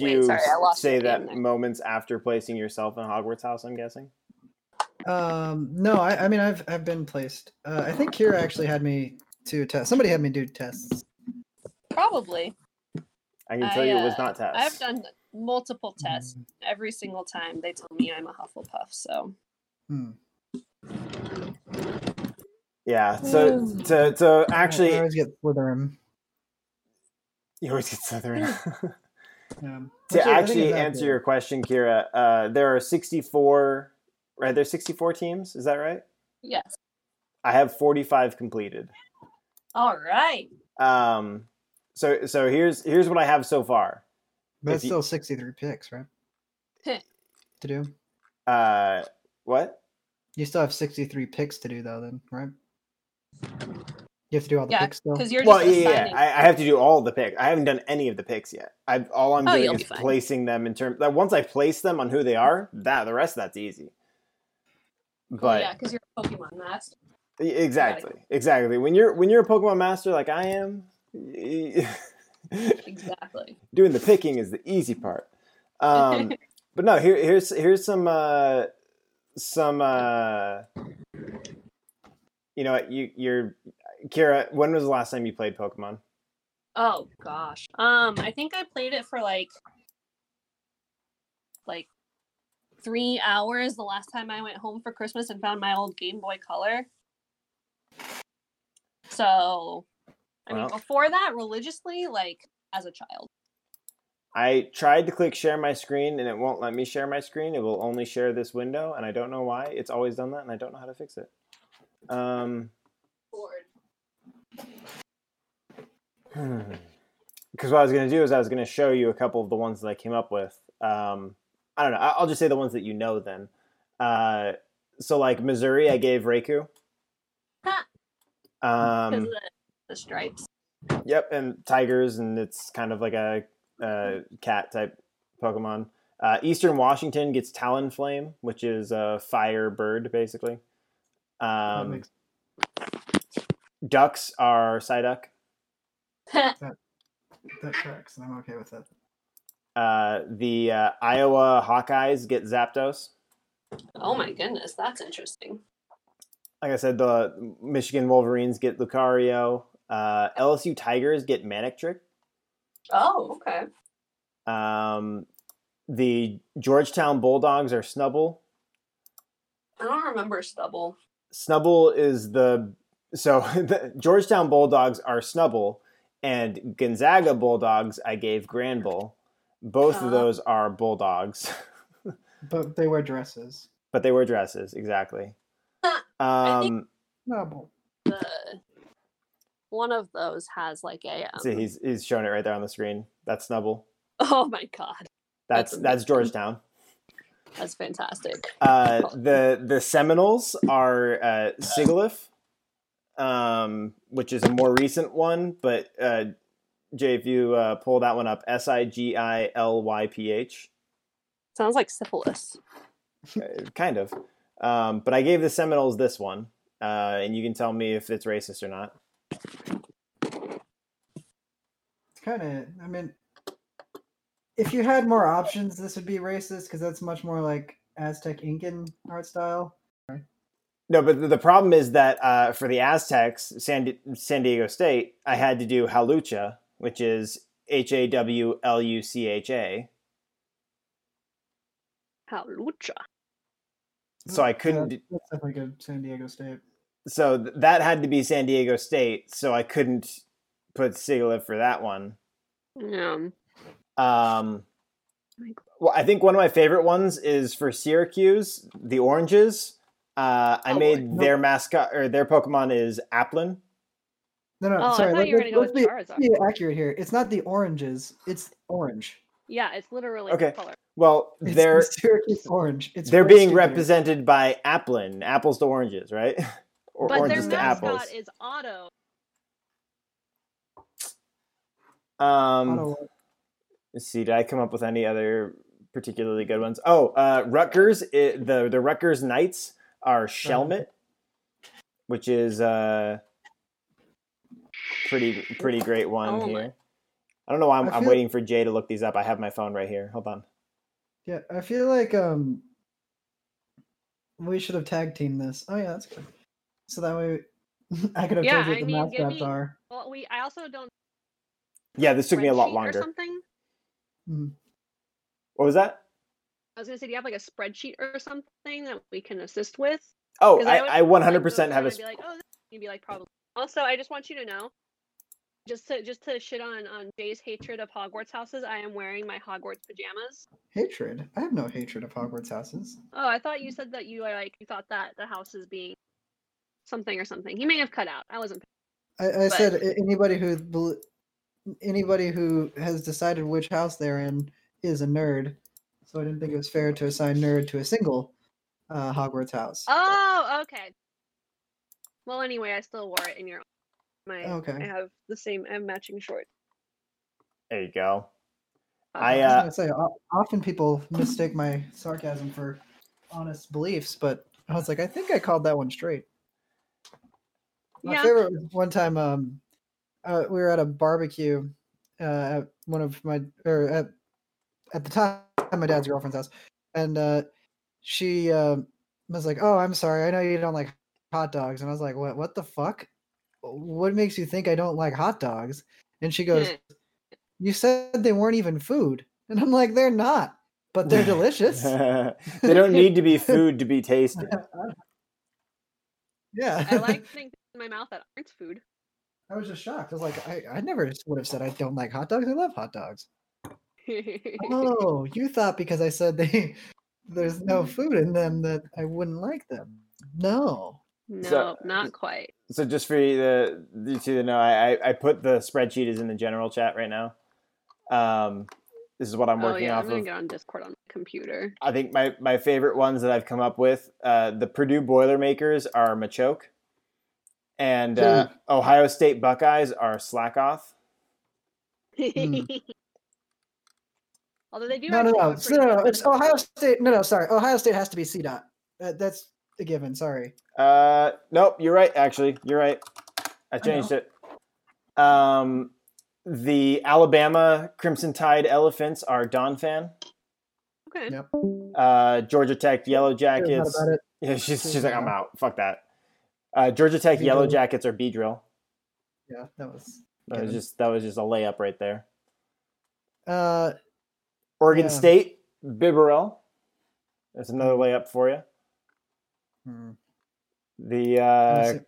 Wait, you sorry, I lost say your name that there. moments after placing yourself in Hogwarts house? I'm guessing. Um, no, I, I mean I've I've been placed. Uh, I think Kira actually had me to test. Somebody had me do tests. Probably. I can I, tell you it was uh, not Tess. I've done multiple tests. Every single time they tell me I'm a Hufflepuff, so Hmm. Yeah. So to to I actually, always get Slytherin. you always get Slytherin. Um, which to I think actually is answer accurate. your question, Kira, uh, there are 64, right? There's 64 teams. Is that right? yes. I have 45 completed. All right. Um, so so here's here's what I have so far. but it's if you- still sixty-three picks, right? Heh. to do. Uh, what? You still have sixty-three picks to do though, then, right? You have to do all the Yeah, picks still. Because you're just Well, yeah, yeah, assigning. I, I have to do all the picks. I haven't done any of the picks yet. I all I'm Oh, doing you'll is be fine. placing them in terms. Like, once I place them on who they are, that the rest of that's easy. Well, But yeah, because you're a Pokemon master. E- Exactly. Exactly. When you're when you're a Pokemon master like I am, y- Exactly. doing the picking is the easy part. Um, but no, here here's here's some uh, some uh, you know what, you you're Kira. When was the last time you played Pokemon? Oh gosh. Um, I think I played it for like like three hours the last time I went home for Christmas and found my old Game Boy Color. So I mean Well. before that religiously, like as a child. I tried to click share my screen and it won't let me share my screen. It will only share this window, and I don't know why. It's always done that, and I don't know how to fix it. Um, Because what I was going to do is I was going to show you a couple of the ones that I came up with. Um, I don't know. I- I'll just say the ones that you know then. Uh, so, like Missouri, I gave Reku. Ha. Because Um, of the, the stripes. yep, and Tigers, and it's kind of like a, uh cat type Pokemon. Uh, Eastern Washington gets Talonflame, which is a fire bird, basically. That Um, makes- ducks are Psyduck. that tracks, and I'm okay with that. Uh, the uh, Iowa Hawkeyes get Zapdos. oh my goodness, that's interesting. like I said, the Michigan Wolverines get Lucario. Uh, LSU Tigers get Manic Trick. Oh, okay. Um, the Georgetown Bulldogs are Snubble. I don't remember stubble. Snubble is the so the Georgetown Bulldogs are Snubble, and Gonzaga Bulldogs I gave Granville. Both Ah. of those are Bulldogs, But they wear dresses. but they wear dresses exactly. I think- Um, Noble. The one of those has like a um, see, he's he's showing it right there on the screen. That's Snubble. oh my god. That's That's that's amazing. Georgetown. That's fantastic. Uh, the the Seminoles are uh, Sigilif, um, which is a more recent one. But uh, Jay, if you uh, pull that one up, S I G I L Y P H, Sounds like syphilis. kind of. Um, but I gave the Seminoles this one, uh, and you can tell me if it's racist or not. It's kind of. I mean, if you had more options, this would be racist because that's much more like Aztec Incan art style. No, but the- the problem is that uh, for the Aztecs, San, Di- San Diego State, I had to do Halucha, which is H A W L U C H A. Halucha. So I couldn't. Mm, Yeah, that's definitely good. San Diego State. so th- that had to be San Diego State, so I couldn't put Sigalib for that one. Um, Um, well, I think one of my favorite ones is for Syracuse, the Oranges. Uh, I Oh, made boy. their mascot or their Pokemon is Applin. No, Uh, no. Oh, I sorry. thought let- you were gonna go let's with be- Charizard. let's be accurate here. It's not the oranges. It's orange. Yeah, it's literally Okay. the color. Well, It's they're the Syracuse orange. It's they're way being stupider. represented by Applin, apples to oranges, right? or But their oranges to mascot apples. is Otto. Um, Ottawa. Let's see, did I come up with any other particularly good ones? Oh, uh, Rutgers, it, the the Rutgers Knights are Shelmet, which is uh, pretty pretty great one Shelmet. here. I don't know why I'm, I I'm feel- waiting for Jay to look these up. I have my phone right here. Hold on. Yeah, I feel like um we should have tag teamed this. Oh yeah, that's good. So that way I could have Yeah, told you what I the mean, mouse give traps me- are. Well, we. I also don't. Yeah, this took me a spreadsheet lot Or longer. something. What was that? I was gonna say, do you have like a spreadsheet or something that we can assist with? Oh, 'Cause would I, I just, 100% like, go have through a. and Be like, oh, this, you'd be like, probably. Also, I just want you to know, just to just to shit on on Jay's hatred of Hogwarts houses. I am wearing my Hogwarts pajamas. Hatred. I have no hatred of Hogwarts houses. Oh, I thought you said that you like you thought that the house is being something or something. He may have cut out. I wasn't. I, I said a- anybody who bel- anybody who has decided which house they're in is a nerd. So I didn't think it was fair to assign nerd to a single uh, Hogwarts house. Oh, okay. Well, anyway, I still wore it in your. My Okay. I have the same. I have matching shorts. There you go. I, Hogwarts. I was uh, gonna say o- often people mistake my sarcasm for honest beliefs, but I was like, I think I called that one straight. My Yeah. favorite was one time, um, uh, we were at a barbecue uh, at one of my or at at the time my dad's girlfriend's house, and uh, she um was like, "Oh, I'm sorry, I know you don't like hot dogs," and I was like, "What? What the fuck? What makes you think I don't like hot dogs?" And she Hmm. goes, you said they weren't even food. And I'm like, they're not, but they're delicious. they don't need to be food to be tasted. yeah. I like things in my mouth that aren't food. I was just shocked. I was like, I, I never would have said I don't like hot dogs. I love hot dogs. Oh, you thought because I said they there's no food in them that I wouldn't like them. No. no, So- not quite. So just for you the you two to know, I, I I put the spreadsheet is in the general chat right now. Um, this is what I'm Oh working yeah, off I'm gonna of. get on Discord on my computer. I think my, my favorite ones that I've come up with, uh, the Purdue Boilermakers are Machoke, and uh, Ohio State Buckeyes are Slackoff. Hmm. Mm. Although they do No, actually have no, no. a It's, pretty no, good no, no. It's medical- Ohio State. No, no, sorry. Ohio State has to be C dot. Uh, that's a given. Sorry. Uh, nope, you're right. Actually, you're right. I changed it. Um, the Alabama Crimson Tide Elephants are Don fan. Okay. Yeah. Uh, Georgia Tech Yellow Forgot Jackets. about it. Yeah, she's she's like, I'm out. Fuck that. Uh, Georgia Tech Me Yellow too. Jackets are B drill. Yeah, that was. That was Given. just that was just a layup right there. Uh, Oregon Yeah. State Bibberell. That's another layup for you. hmm, The let me uh, see.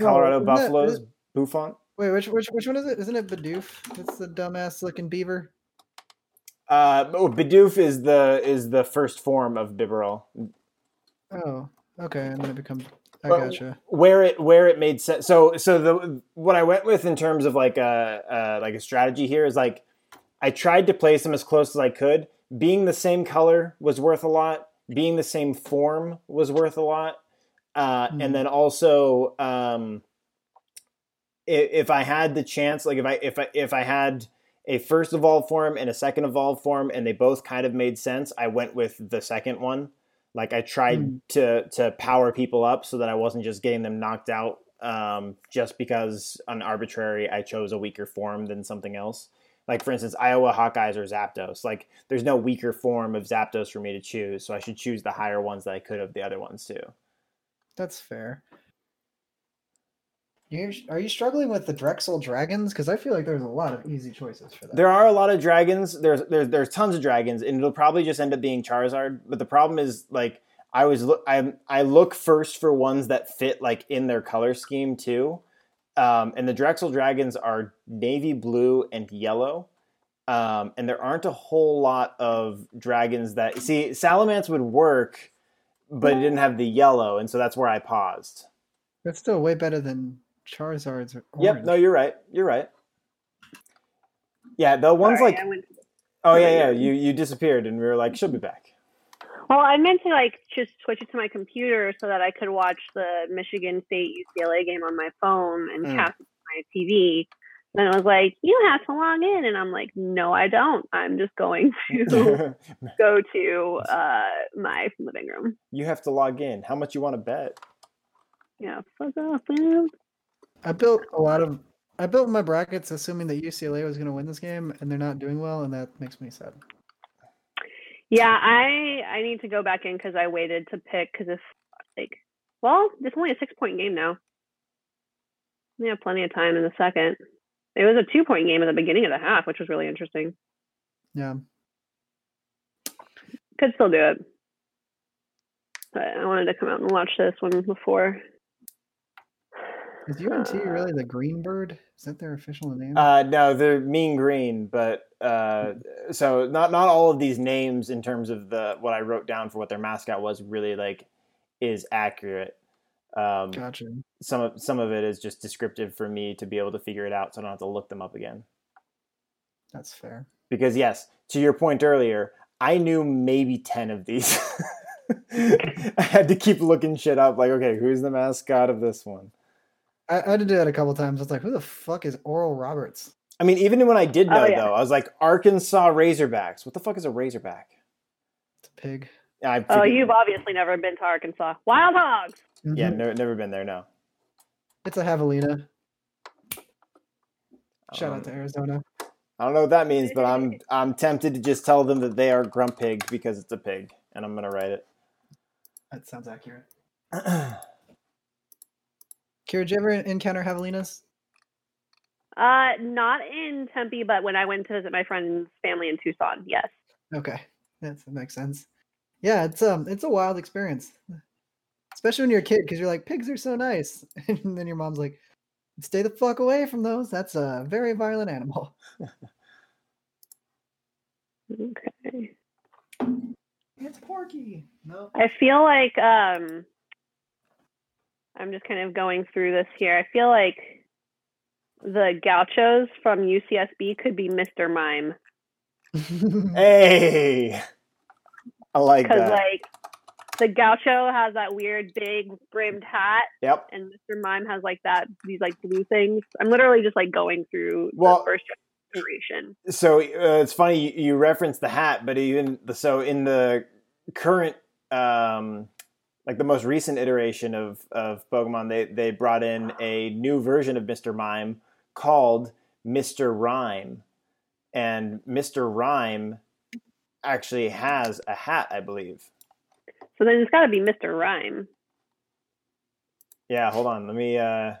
No, Colorado isn't that- Buffaloes Buffon. Wait, which which which one is it? Isn't it Bidoof? It's the dumbass looking beaver. Uh, oh, Bidoof is the is the first form of Bibberell. Oh, okay, and then it becomes. I But- gotcha. where it where it made sense. So so the what I went with in terms of like a uh, like a strategy here is like I tried to place them as close as I could. Being the same color was worth a lot. Being the same form was worth a lot. Uh, Mhm. And then also, um, i- if I had the chance, like if I if I if I had a first evolved form and a second evolved form, and they both kind of made sense, I went with the second one. Like I tried Mm. to to power people up so that I wasn't just getting them knocked out um, just because on arbitrary I chose a weaker form than something else. Like for instance, Iowa Hawkeyes or Zapdos. Like there's no weaker form of Zapdos for me to choose, so I should choose the higher ones that I could of the other ones too. That's fair. You are you struggling with the Drexel dragons? Because I feel like there's a lot of easy choices for that. There are a lot of dragons. There's there's there's tons of dragons, and it'll probably just end up being Charizard. But the problem is like I was look I I look first for ones that fit like in their color scheme too. Um, and the Drexel dragons are navy blue and yellow. Um, and there aren't a whole lot of dragons that see Salamence would work, but it didn't have the yellow, and so that's where I paused. That's still way better than Charizard's. Yep, no, you're right. You're right. Yeah, the ones Sorry, like I went- Oh Yeah, yeah, yeah. yeah. You you disappeared, and we were like, she'll be back. Well, I meant to like just switch it to my computer so that I could watch the Michigan State UCLA game on my phone and Mm. cast it to my TV. And I was like, "You have to log in," and I'm like, "No, I don't. I'm just going to go to uh, my living room." you have to log in. How much you want to bet? Yeah, fuck off, man. I built a lot of I built my brackets assuming that UCLA was going to win this game, and they're not doing well, and that makes me sad. Yeah, I I need to go back in because I waited to pick because if like, well, it's only a six point game now. We have plenty of time in the second. It was a two point game at the beginning of the half, which was really interesting. Yeah. Could still do it, but I wanted to come out and watch this one before. Is UNT really the Green Bird? Is that their official name? Uh, no, they're mean green, but uh, so not not all of these names in terms of the what I wrote down for what their mascot was really like is accurate. Um, gotcha. Some of some of it is just descriptive for me to be able to figure it out, so I don't have to look them up again. That's fair. Because yes, to your point earlier, I knew maybe ten of these. I had to keep looking shit up. Like, okay, who's the mascot of this one? I, I had to do that a couple times. I was like, who the fuck is Oral Roberts? I mean, even when I did know Oh, yeah. though, I was like Arkansas Razorbacks. What the fuck is a Razorback? It's a pig. I Oh, figured- you've obviously never been to Arkansas. Wild Hogs. yeah, Mhm. no, never been there. No. It's a javelina. Shout Um, out to Arizona. I don't know what that means, but I'm I'm tempted to just tell them that they are grump pig because it's a pig, and I'm gonna write it. That sounds accurate. Kira, did you ever encounter javelinas? Uh, not in Tempe, but when I went to visit my friend's family in Tucson, yes. Okay, That's, that makes sense. Yeah, it's um, it's a wild experience, especially when you're a kid because you're like pigs are so nice, and then your mom's like, "Stay the fuck away from those. That's a very violent animal." Okay. It's Porky. No. I feel like um, I'm just kind of going through this here. I feel like the gauchos from UCSB could be Mr. Mime hey, I like because that. like the gaucho has that weird big brimmed hat, yep. and Mr. Mime has like that these like blue things. I'm literally just like going through Well, the first generation. So uh, it's funny you, you referenced the hat, but even the, so in the current, um, like the most recent iteration of of Pokemon, they they brought in a new version of Mr. Mime called Mr. Rhyme, and Mr. Rhyme actually has a hat, I believe. So then it's got to be Mr. Rhyme. Yeah, hold on. Let me. uh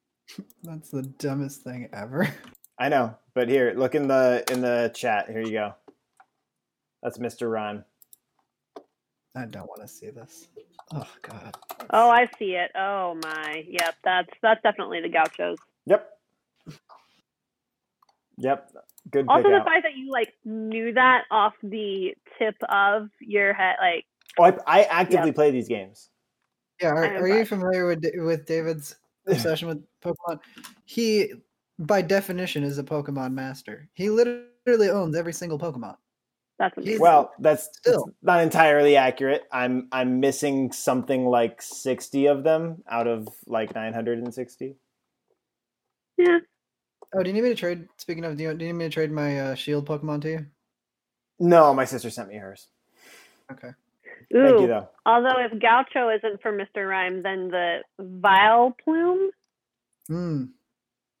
That's the dumbest thing ever. I know, but here, look in the in the chat. Here you go. That's Mr. Rhyme. I don't want to see this. Oh god. Oh, I see it. Oh my. Yep, that's that's definitely the gauchos. Yep. Yep. Good pick Also, the out. fact that you like knew that off the tip of your head, like Oh, I, I actively play these games. Yeah, are, I am are you back. familiar with Da- with David's obsession with Pokemon? He, by definition, is a Pokemon master. He literally owns every single Pokemon. that's He's- amazing. Well, that's Still. that's not entirely accurate. I'm I'm missing something like 60 of them out of like 960. Oh, do you need me to trade? Speaking of, do you, do you need me to trade my uh, Shield Pokemon to you? No, my sister sent me hers. Okay. Ooh. Thank you though. Although if gaucho isn't for Mr. Rhyme, then the vile plume Hmm.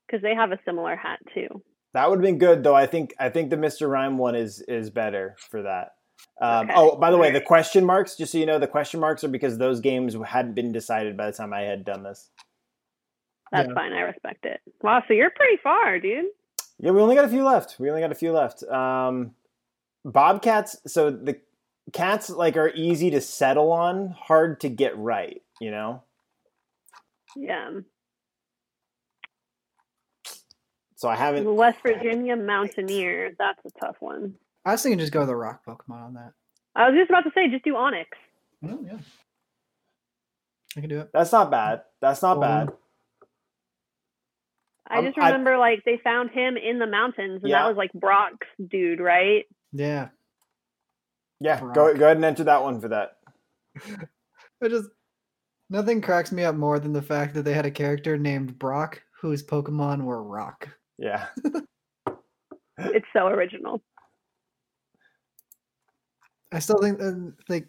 because they have a similar hat too. That would have been good though. I think I think the Mr. Rhyme one is is better for that. Um, Okay. Oh, by the way, the Alright. question marks. Just so you know, the question marks are because those games hadn't been decided by the time I had done this. That's Yeah. fine. I respect it. Wow, so you're pretty far, dude. Yeah, we only got a few left. We only got a few left. Um, Bobcats. So the cats like are easy to settle on, hard to get right. You know, Yeah. so I haven't. The West Virginia Mountaineer. That's a tough one. I was thinking just go with the Rock Pokemon on that. I was just about to say, just do Onyx. Oh yeah. I can do it. That's not bad. That's not Oh. bad. I Um, just I- remember like they found him in the mountains, and Yeah. that was like Brock's dude, right? Yeah. Yeah, go Rock. go ahead and enter that one for that. I just nothing cracks me up more than the fact that they had a character named Brock whose Pokemon were Rock. Yeah. It's so original. I still think uh, like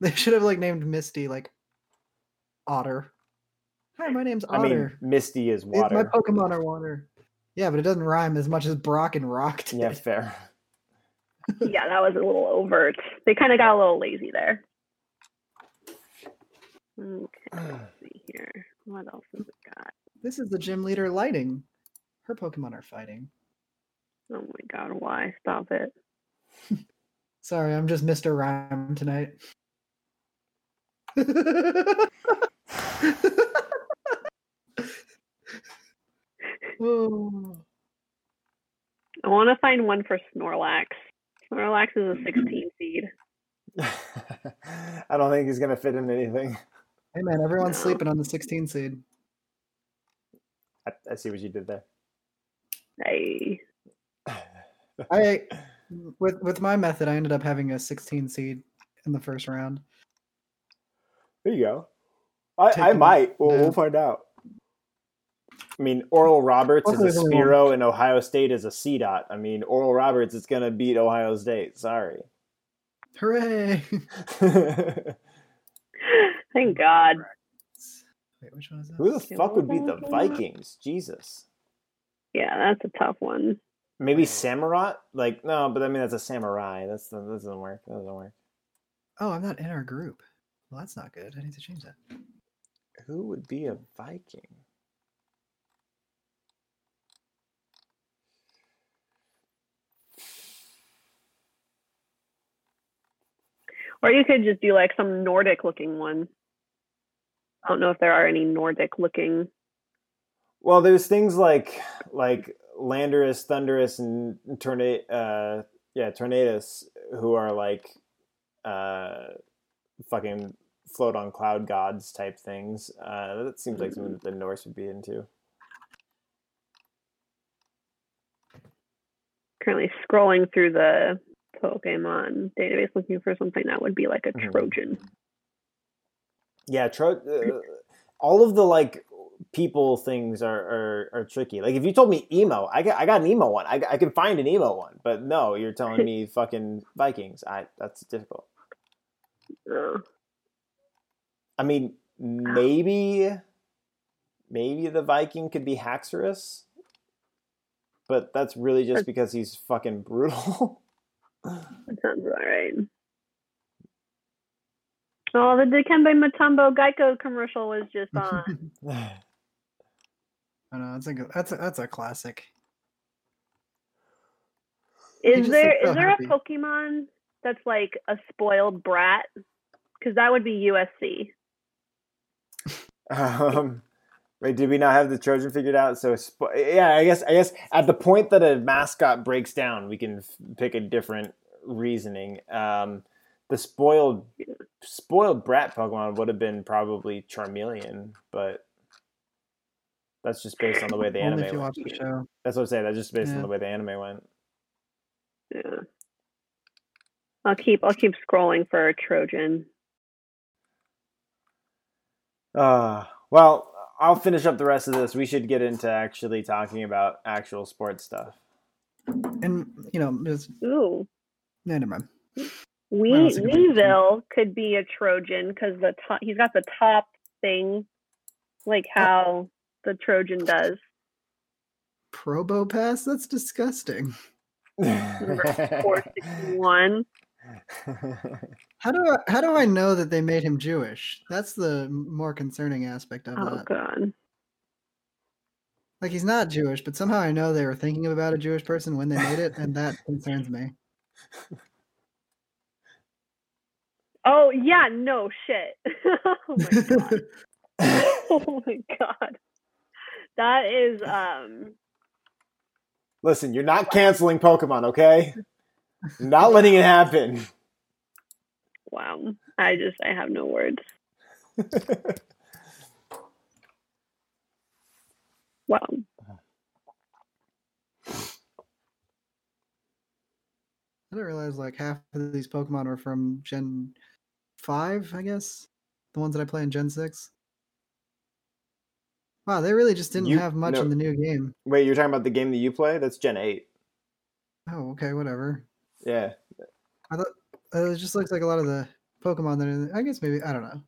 they should have like named Misty like Otter. Hi, my name's I mean, Otter. Misty is It- my water. Pokemon are water. Yeah, but it doesn't rhyme as much as Brock and Rock did. Yeah, fair. yeah, that was a little overt. They kind of got a little lazy there. Okay, let's see here. What else have we got? This is the gym leader lighting. Her Pokemon are fighting. Oh my god, why? Stop it. Sorry, I'm just Mr. Rhyme tonight. oh. I want to find one for Snorlax. Snorlax is a 16 seed. I don't think he's gonna fit in anything. Hey man, everyone's No. sleeping on the 16 seed. I, I see what you did there. Hey. I with with my method, I ended up having a 16 seed in the first round. There you go. I, I Taking- might. We'll, yeah. we'll find out. I mean, Oral Roberts is a Also, there's only Spiro, and Ohio State is a C dot. I mean, Oral Roberts is gonna beat Ohio State. Sorry. Hooray! Who Thank god. Wait, which one is that? the fuck would beat the Vikings? Jesus. Yeah, that's a tough one. Maybe Samurott? Like no, but I mean that's a samurai. That's that doesn't work. That doesn't work. Oh, I'm not in our group. Well, that's not good. I need to change that. Oh, Who would be a Viking? Or you could just do like some Nordic looking one. I don't know if there are any Nordic looking. Well, there's things like like Landorus, Thunderous, and Tornado, uh, yeah, Tornados, who are like uh, fucking float on cloud gods type things. Uh, that seems like something that the Norse would be into. Currently scrolling through the Pokemon database looking for something that would be like a Mhm. Trojan. Yeah, tro- uh, all of the like people things are, are are tricky. Like if you told me emo, I got I got an emo one. I, I can find an emo one, but no, you're telling me fucking Vikings. I that's difficult. Uh, I mean, maybe, maybe the Viking could be Haxorus, but that's really just because he's fucking brutal. that sounds about right. Oh, the Dikembe Matumbo Geico commercial was just uh, on. I I know that's a good- that's a, that's a classic. He Is just there looks is so there happy. a Pokemon that's like a spoiled brat? Because that would be USC. um, wait, did we not have the Trojan figured out? So sp- yeah, I guess I guess at the point that a mascot breaks down, we can f- pick a different reasoning. Um, the spoiled spoiled brat Pokemon would have been probably Charmeleon, but that's just based on the way the anime. Only if you went. watch the show. That's what I'm saying. That's just based on Yeah. the way the anime went. Yeah. I'll keep I'll keep scrolling for a Trojan. Uh, well, I'll finish up the rest of this. We should get into actually talking about actual sports stuff. And you know, just Ooh, no, never mind. we Well, that's a good point. Weevil could be a Trojan because the top, he's got the top thing, like how the Trojan does. Probo pass? That's disgusting. Four sixty one. How do I, how do I know that they made him Jewish? That's the more concerning aspect of Oh that. god. Like he's not Jewish, but somehow I know they were thinking about a Jewish person when they made it, and that concerns me. Oh yeah, no shit. oh my god. oh my god. That is um Listen, you're not canceling Pokemon, okay? You're not letting it happen. wow. I just I have no words. Wow. I didn't realize like half of these Pokemon are from Gen five, I guess. The ones that I play in Gen six. Wow, they really just didn't You- have much no. in the new game. Wait, you're talking about the game that you play? That's Gen 8. Oh, okay, whatever. Yeah. Uh, it just looks like a lot of the Pokemon that are. in- I guess maybe I don't know.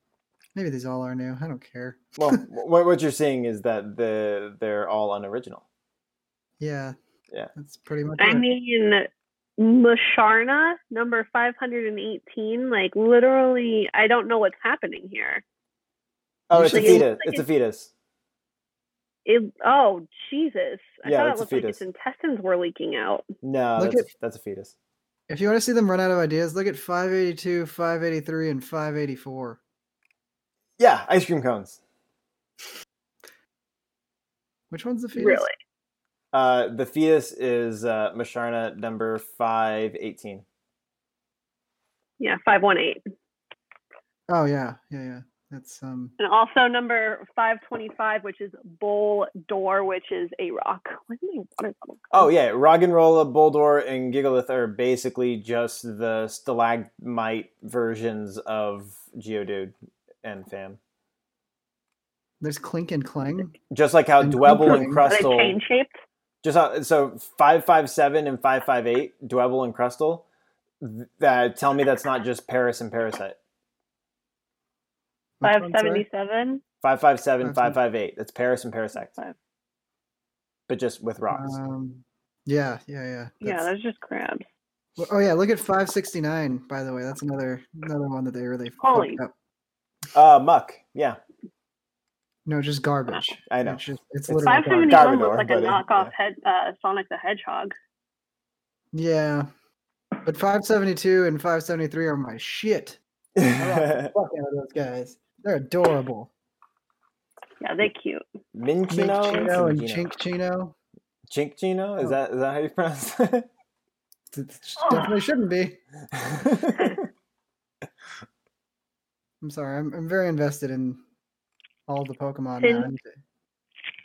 Maybe these all are new. I don't care. Well, what, what you're seeing is that the they're all unoriginal. Yeah. Yeah. That's pretty much. I it. mean, Masharna number 518, like literally, I don't know what's happening here. Oh, it's a Usually it fetus. looks like It's a fetus. It, oh, Jesus. I Yeah, thought it that's a looked like fetus. its intestines were leaking out. No, Look that's, that's a fetus. if you want to see them run out of ideas, look at 582, 583, and 584. Yeah, ice cream cones. Which one's the fetus? Really? Uh, the fetus is uh, Masharna number 518. Yeah, 518. Oh yeah, yeah, yeah. That's um. And also number 525, which is Bull Door, which is A Rock. Where's my water bottle? Oh, yeah. Rog and Rolla, Boldor, and Gigalith are basically just the stalagmite versions of Geodude and Fam. There's clink and clang. Just like how And Dwebble and Krustle. Are they Crustle. chain shaped? just how, so five five seven and five five eight Dwebble and Crustle. th- That tell me that's not just Paris and Parasite. Which one's right? 577? Five five seven, Five, five five eight. That's Paris and Parasite, Five. but just with rocks. Um, yeah, yeah, yeah. Yeah, That's- that's just crabs. Well, oh yeah, look at 569. By the way, that's another another one that they really fucked Holy. up. Uh, muck. Yeah, No, just garbage. I know. It's, just, it's It's literally 571 garbage. looks Garbodor, like a buddy. knockoff head, uh, Sonic the Hedgehog. Yeah, but 572 and 573 are my shit. Fuck out of those guys. They're adorable. Yeah, they're cute. Minchino Mink Chino and Chink Chink Chino. Chinkchino. Is that is that how you pronounce it? It's- Oh. Definitely shouldn't be. I'm sorry. I'm, I'm very invested in all the Pokemon. Now. Sin- I need to-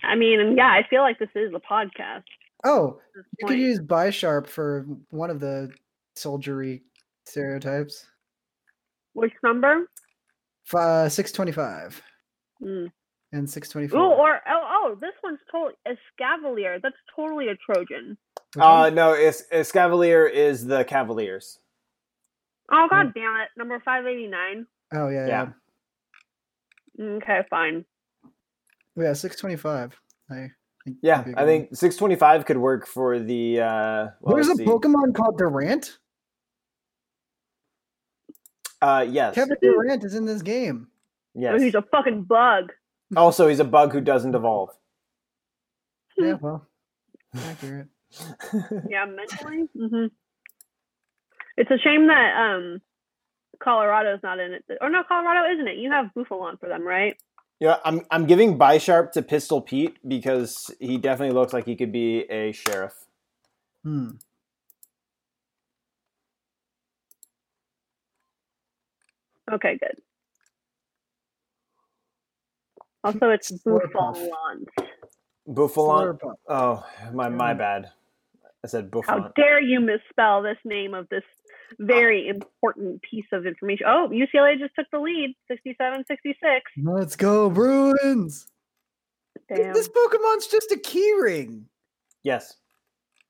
I mean, and yeah, I feel like this is a podcast. Oh, at this You point. could use Bisharp for one of the soldiery stereotypes. Which number? F- uh, 625 Mm. and Ooh, 624. or oh, oh, this one's totally a Scavalier. That's totally a Trojan. Which uh, one? no, it's, it's Cavalier is the Cavaliers. Oh god damn it! Number five eighty nine. oh, yeah, yeah. yeah. Okay, fine. Yeah, 625. I think Yeah, would be a I good think 625 could work for the. Uh, one. well, There's a let's see. Pokemon called Durant. Uh, yes. Kevin Durant is in this game. Oh, yes. he's a fucking bug. also, he's a bug who doesn't evolve. Hmm. Yeah, well, accurate. Yeah, mentally. hmm It's a shame that um, Colorado's not in it. Or no, Colorado isn't it? You have Buffalon for them, right? Yeah, I'm I'm giving Bisharp to Pistol Pete because he definitely looks like he could be a sheriff. Hmm. Okay, good. Also, it's Slurpuff. Buffalon. Buffalon. Slurpuff. Oh, my my Mm. bad. I said How Buffalon. dare you misspell this name of this very important piece of information? Oh, UCLA just took the lead, 67-66. Let's go, Bruins! Damn. This Pokemon's just a keyring. Yes,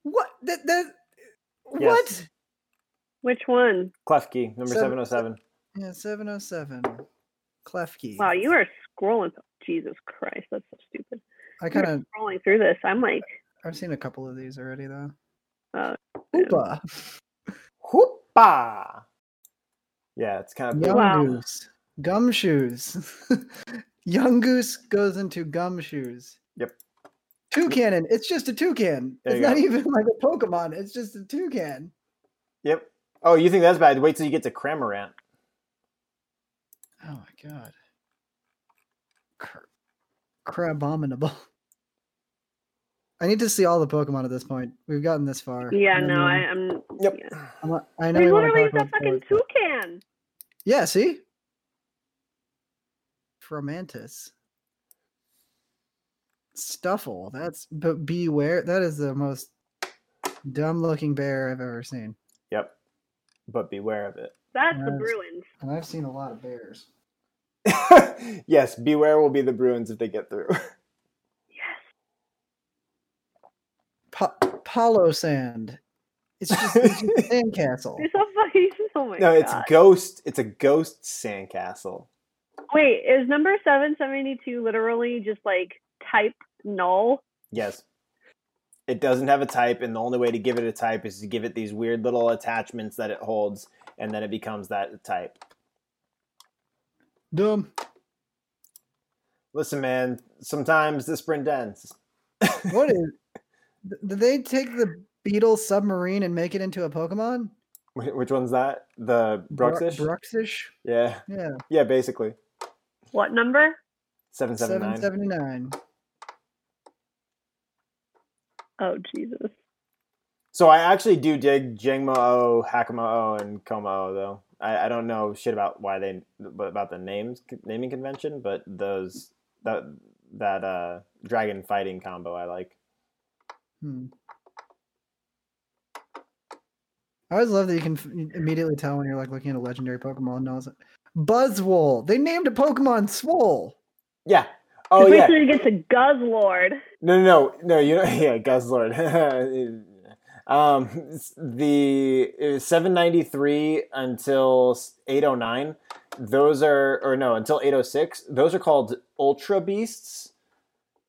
What? That, that, Yes. What? Which one? Klefki, number Seven- seven oh seven. Yeah, 707. Klefki. Wow, you are scrolling. Jesus Christ, that's so stupid. I kind of Scrolling through this, I'm like, I've seen a couple of these already though. Oh, yeah. Oopa. Hoopa. Yeah, it's kind of Young Wow. goose. Gumshoes. Young goose goes into gumshoes. Yep. Toucanon. It's just a toucan. There it's you not go. even like a Pokemon. It's just a toucan. yep. Oh, you think that's bad? Wait till you get to Cramorant. Oh my god. Cr- Crabominable. I need to see all the Pokemon at this point. We've gotten this far. yeah, and no, I know- I, I'm. Yep. Yeah. I'm not- I know They we wanna literally talk used a about fucking Pokemon. toucan. Yeah, see? Fromantis. Stuffle. That's but beware. That is the most dumb looking bear I've ever seen. Yep. But beware of it. That's the Yes. Bruins. And I've seen a lot of bears. yes, beware will be the Bruins if they get through. Yes. Pa- Palo sand. It's just, it's just a sandcastle. It's a fucking. Oh my no, god. it's ghost. It's a ghost sandcastle. Wait, is number 772 literally just like type null? Yes. It doesn't have a type, and the only way to give it a type is to give it these weird little attachments that it holds, and then it becomes that type. Dumb. Listen, man, sometimes the sprint ends. What is? th- Did they take the beetle submarine and make it into a Pokemon? Wh- Which one's that? The Bruxish? Bru- Bruxish. yeah. Yeah. Yeah, basically. What number? 779. Seven seventy nine. Oh, Jesus. So I actually do dig Jingmo O, Hakama O, and Koma O though. I, I don't know shit about why they about the names naming convention, but those that that uh dragon fighting combo I like. Hmm. I always love that you can f- immediately tell when you're like looking at a legendary Pokemon. And I was like, Buzzwole. They named a Pokemon Swole. Yeah. Oh Just wait yeah. till you get to Guzzlord. No, no, no, no. You know, yeah, Guzzlord. um, s- the it was 793 until s- 809. Those are, or no, until 806. Those are called Ultra Beasts.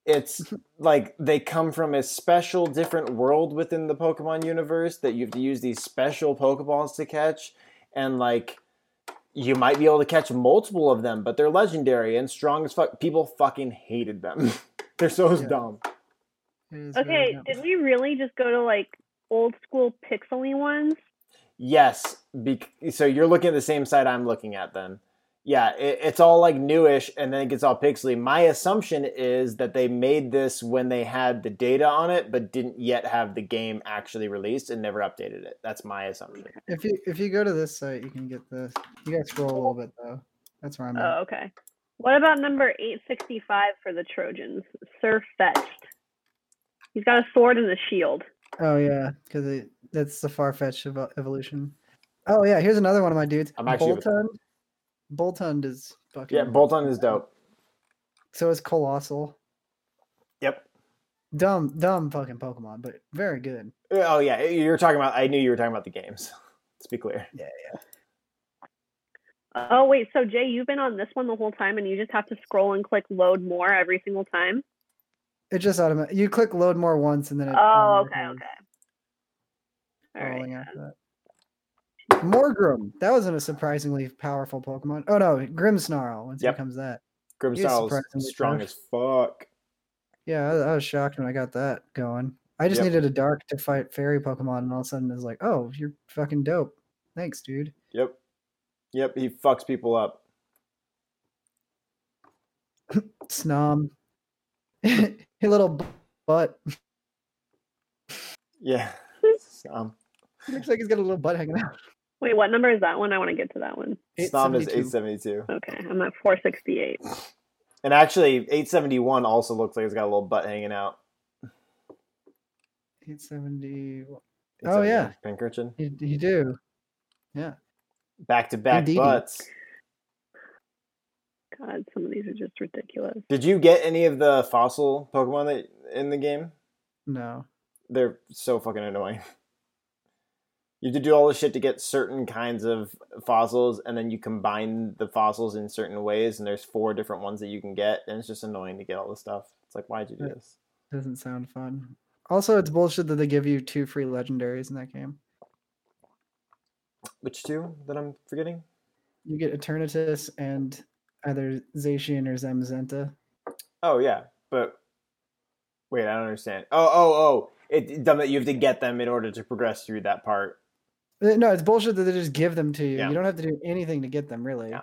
It's like they come from a special different world within the Pokemon universe that you have to use these special Pokeballs to catch. And like, you might be able to catch multiple of them, but they're legendary and strong as fuck. People fucking hated them. they're so Yeah. dumb. It is really Okay, dumb. did we really just go to like old school pixely ones? Yes. Bec so you're looking at the same site I'm looking at then. Yeah, it, it's all like newish and then it gets all pixely. My assumption is that they made this when they had the data on it, but didn't yet have the game actually released and never updated it. That's my assumption. If you if you go to this site, you can get this. You gotta scroll a little bit though. That's where I'm at. Oh, okay. What about number 865 for the Trojans? Sir Fetched. He's got a sword and a shield. Oh yeah, because that's the far fetched evo- evolution. Oh yeah, here's another one of my dudes. I'm actually with- Boltund. Boltund is fucking. Yeah, Bolton is dope. So is colossal. Yep. Dumb, dumb fucking Pokemon, but very good. Oh yeah, you're talking about I knew you were talking about the games. Let's be clear. Oh, wait. So, Jay, you've been on this one the whole time and you just have to scroll and click load more every single time? It just automatic. You click load more once, and then it. Oh, okay, automatically okay. is All right. rolling after that. Morgrim. That wasn't a surprisingly powerful Pokemon. Oh no, Grimmsnarl. Once Yep. it becomes that. Grimsnarl's surprisingly strong tough. as fuck. Yeah, I, I was shocked when I got that going. I just Yep. needed a dark to fight fairy Pokemon, and all of a sudden it was like, oh, you're fucking dope. Thanks, dude. Yep. Yep, he fucks people up. Snom. hey, little b- butt. Yeah. Um, Looks like he's got a little butt hanging out. Wait, what number is that one? I want to get to that one. Snom is 872. 872. Okay, I'm at 468. And actually, 871 also looks like it's got a little butt hanging out. 870. Oh, yeah. Pinkerton. You, you do. Back to back Indeedy. butts. God, some of these are just ridiculous. Did you get any of the fossil Pokemon that in the game? No. They're so fucking annoying. You have to do all this shit to get certain kinds of fossils, and then you combine the fossils in certain ways, and there's four different ones that you can get, and it's just annoying to get all this stuff. It's like, why'd you do Yeah. this? Doesn't sound fun. Also, it's bullshit that they give you two free legendaries in that game. Which two that I'm forgetting? You get Eternatus and either Zacian or Zamazenta. Oh yeah, but wait, I don't understand. Oh oh oh, it it's dumb that you have to get them in order to progress through that part. Uh, No, it's bullshit that they just give them to you. Yeah. You don't have to do anything to get them, really. Yeah.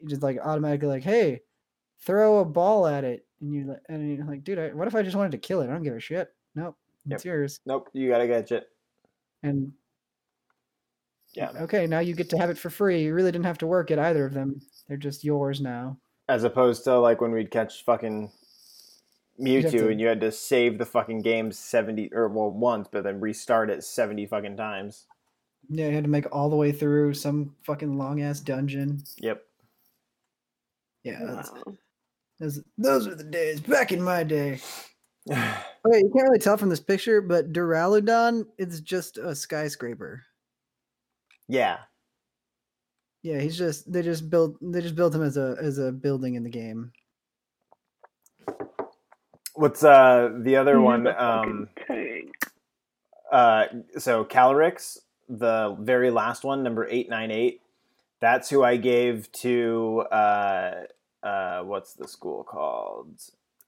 You just like automatically like, hey, throw a ball at it, and you like, and you're like, dude, I, what if I just wanted to kill it? I don't give a shit. Nope, Yep. it's yours. Nope, you gotta catch it. And Yeah, okay, now you get to have it for free. You really didn't have to work at either of them. They're just yours now. as opposed to like when we'd catch fucking You'd have Mewtwo to- and you had to save the fucking game seventy or well once, but then restart it seventy fucking times. Yeah, you had to make all the way through some fucking long ass dungeon. Yep. Yeah, that's, Wow. those, those are the days back in my day. Okay, you can't really tell from this picture, but Duraludon is just a skyscraper. yeah. Yeah, he's just they just built they just built him as a as a building in the game. What's uh the other one? Fucking Um, tank. uh, so Calorix, the very last one, number eight nine eight. That's who I gave to uh, uh, what's the school called?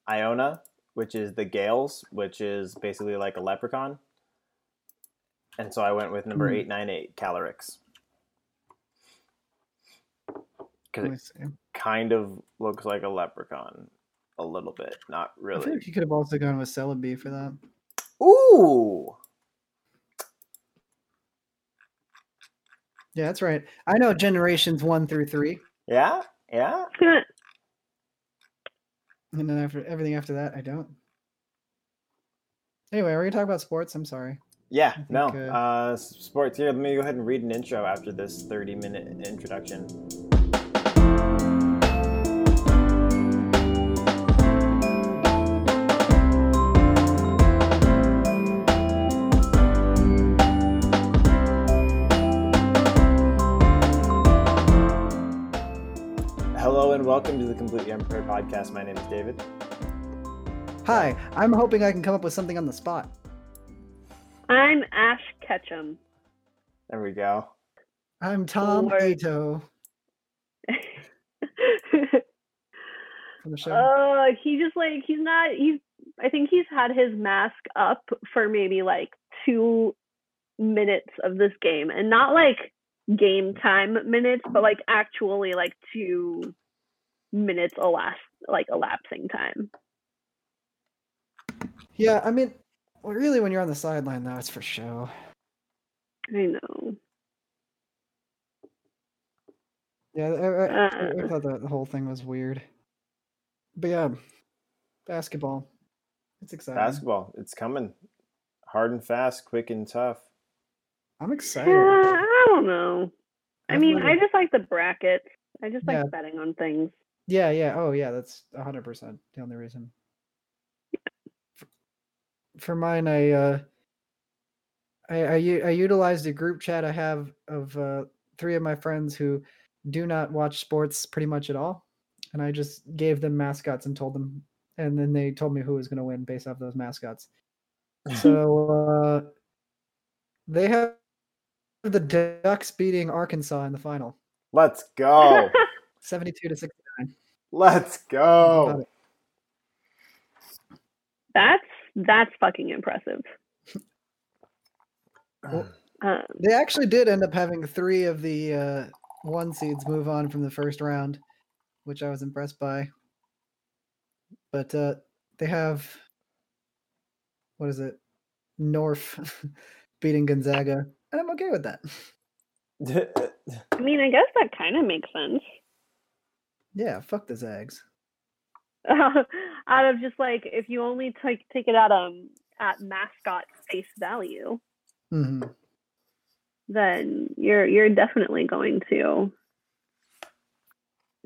Iona, which is the Gales, which is basically like a leprechaun. And so I went with number Hmm. eight nine eight Calorix because Let it me see. kind of looks like a leprechaun a little bit, not I feel really. like you could have also gone with Celebi for that. Ooh. Yeah, that's right. I know generations one through three, Yeah, yeah. and then after everything after that, I don't. Anyway, are we gonna talk about sports? I'm sorry. Yeah, think, no. uh, Uh, s- sports here. Let me go ahead and read an intro after this 30 minute introduction. Hello and welcome to the Completely Unprepared podcast. My name is David. Hi, I'm hoping I can come up with something on the spot. I'm Ash Ketchum. There we go. I'm Tom Lord. Ato from the show. Oh, he just like he's not he's I think he's had his mask up for maybe like two minutes of this game and not like game time minutes, but like actually like two minutes elapse like elapsing time. yeah, I mean, well, really, when you're on the sideline, though, it's for show. I know. Yeah, I, I, I- I Uh. thought that the whole thing was weird. But yeah, basketball. It's exciting. Basketball, it's coming. Hard and fast, quick and tough. I'm excited. Yeah, Uh, I don't know. I I've mean, learned- I just like the brackets. I just like Yeah. betting on things. Yeah, yeah. Oh, yeah. That's a hundred percent the only reason. F- For mine, I uh, I I, u- I utilized a group chat I have of uh, three of my friends who do not watch sports pretty much at all, and I just gave them mascots and told them, and then they told me who was going to win based off those mascots. So uh, they have the Ducks beating Arkansas in the final, Let's go. seventy-two to six. Let's go. that's that's fucking impressive. Well- Um, They actually did end up having three of the uh, one seeds move on from the first round, which I was impressed by. But uh, they have what is it? North beating Gonzaga, and I'm okay with that. I mean, I guess that kind of makes sense. Yeah, fuck the Zags. out of just like if you only take take it at um at mascot face value, hmm then you're you're definitely going to.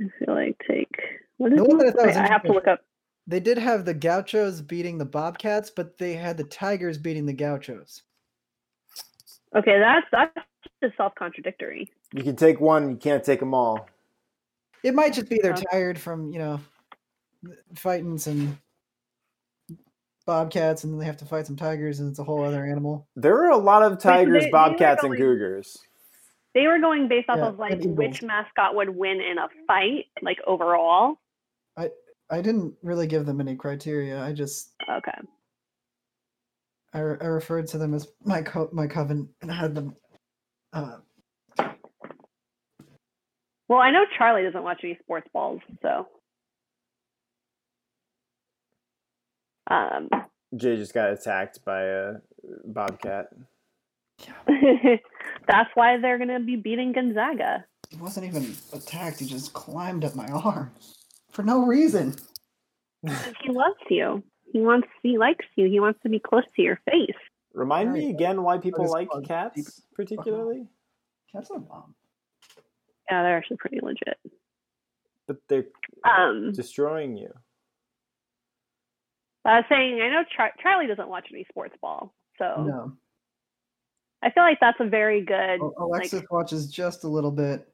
I feel like take what is The one that I it? thought was Wait, I have to interesting- look up. They did have the Gauchos beating the Bobcats, but they had the Tigers beating the Gauchos. Okay, that's that's just self contradictory. you can take one, you can't take them all. It might just be they're Yeah. tired from you know th- fighting some bobcats, and then they have to fight some tigers, and it's a whole other animal. There are a lot of tigers, they- they were bobcats, and going- cougars. They were going based off Yeah, of like and eagles. which mascot would win in a fight, like overall. I didn't really give them any criteria. I just Okay. I, re- I referred to them as my co- my coven and I had them. Uh, Well, I know Charlie doesn't watch any sports balls, so. Um, Jay just got attacked by a bobcat. that's why they're gonna be beating Gonzaga. he wasn't even attacked. He just climbed up my arm for no reason. 'Cause He loves you. He wants. He likes you. He wants to be close to your face. Remind me Alright. again why people just like plugged deep. uh-huh. cats, particularly, That's a bomb. Yeah, they're actually pretty legit. but they're Um, destroying you. I was saying, I know Char- Charlie doesn't watch any sports ball, so No, Oh, I feel like that's a very good. O- Alexis watches just a little bit,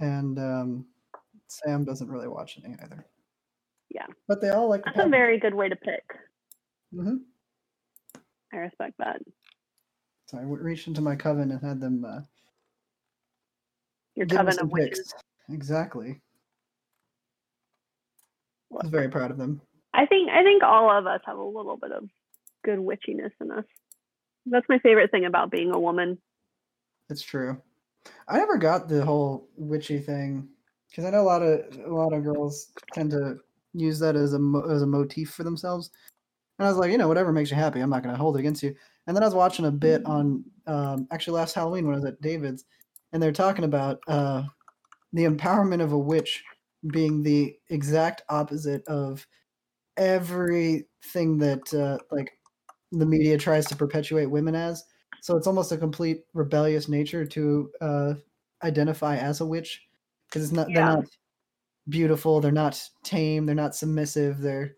and um, Sam doesn't really watch any either. Yeah. but they all like. That's a very good way to pick. hmm I respect that. So I w- reached into my coven and had them uh, Your give me coven some of witches. picks. Exactly. I Well- was very proud of them. I think I think all of us have a little bit of good witchiness in us. That's my favorite thing about being a woman. It's true. I never got the whole witchy thing because I know a lot of a lot of girls tend to use that as a mo- as a motif for themselves. And I was like, you know, whatever makes you happy, I'm not going to hold it against you. And then I was watching a bit on um, actually last Halloween when I was at David's, and they're talking about uh, the empowerment of a witch being the exact opposite of everything that uh, like the media tries to perpetuate women as. So it's almost a complete rebellious nature to uh, identify as a witch because it's not Yeah. they're not beautiful, they're not tame, they're not submissive, they're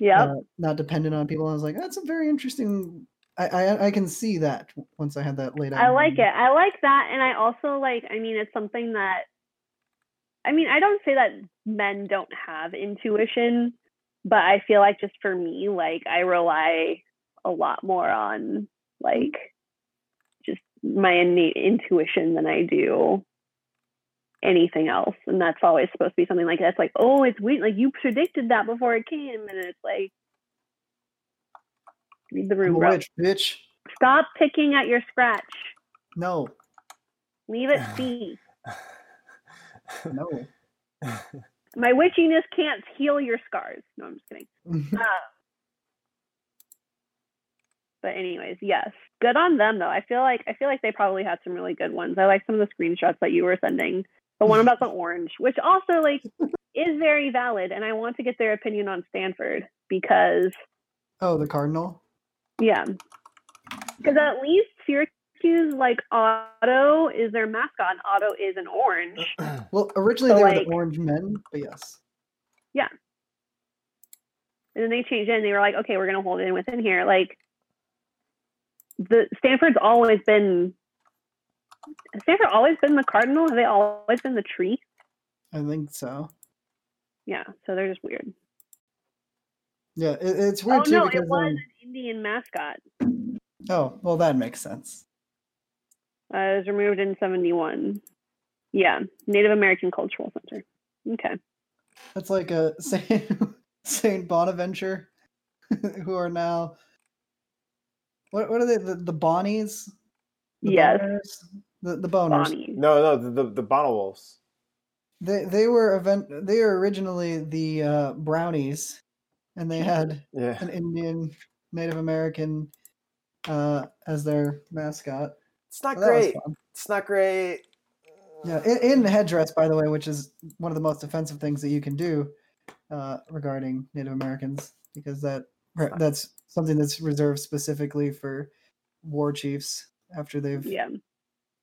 Yep. uh, not dependent on people. I was like, that's a very interesting. I, I I can see that once I had that laid out. I in my like it. mind. I like that, and I also like. I mean, it's something that. I mean, I don't say that men don't have intuition, but I feel like just for me, like I rely a lot more on like just my innate intuition than I do anything else, and that's always supposed to be something like that's like oh, it's weird. Like you predicted that before it came, and it's like leave the I'm room, a bro. witch, bitch. Stop picking at your scratch. No, Leave it be. no. My witchiness can't heal your scars. No, I'm just kidding. But anyways, yes. Good on them though. I feel like I feel like they probably had some really good ones. I like some of the screenshots that you were sending. The one about the orange, which also like is very valid and I want to get their opinion on Stanford because oh, the cardinal. yeah. Cuz at least Syracuse like Otto is their mascot and Otto is an orange. Well, originally So, they were like- the orange men, but yes, and then they changed it and they were like okay we're going to hold it in within here like the stanford's always been has stanford always been the cardinal have they always been the tree I think so. yeah so they're just weird Yeah, it, it's weird oh too no because it was um, an indian mascot oh well, that makes sense. uh, it was removed in 71 yeah native american cultural center okay That's like a Saint Saint Bonaventure, who are now. What what are they? The, the Bonnies. The Yes. Boners? The the boners. bonnie no, no, the the, the Bonnell Wolves. They they were event they were originally the uh, brownies, and they had Yeah, an Indian Native American uh, as their mascot. it's not So that was great. fun. It's not great. Yeah, in, in headdress, by the way, which is one of the most offensive things that you can do uh, regarding Native Americans, because that re- that's something that's reserved specifically for war chiefs after they've yeah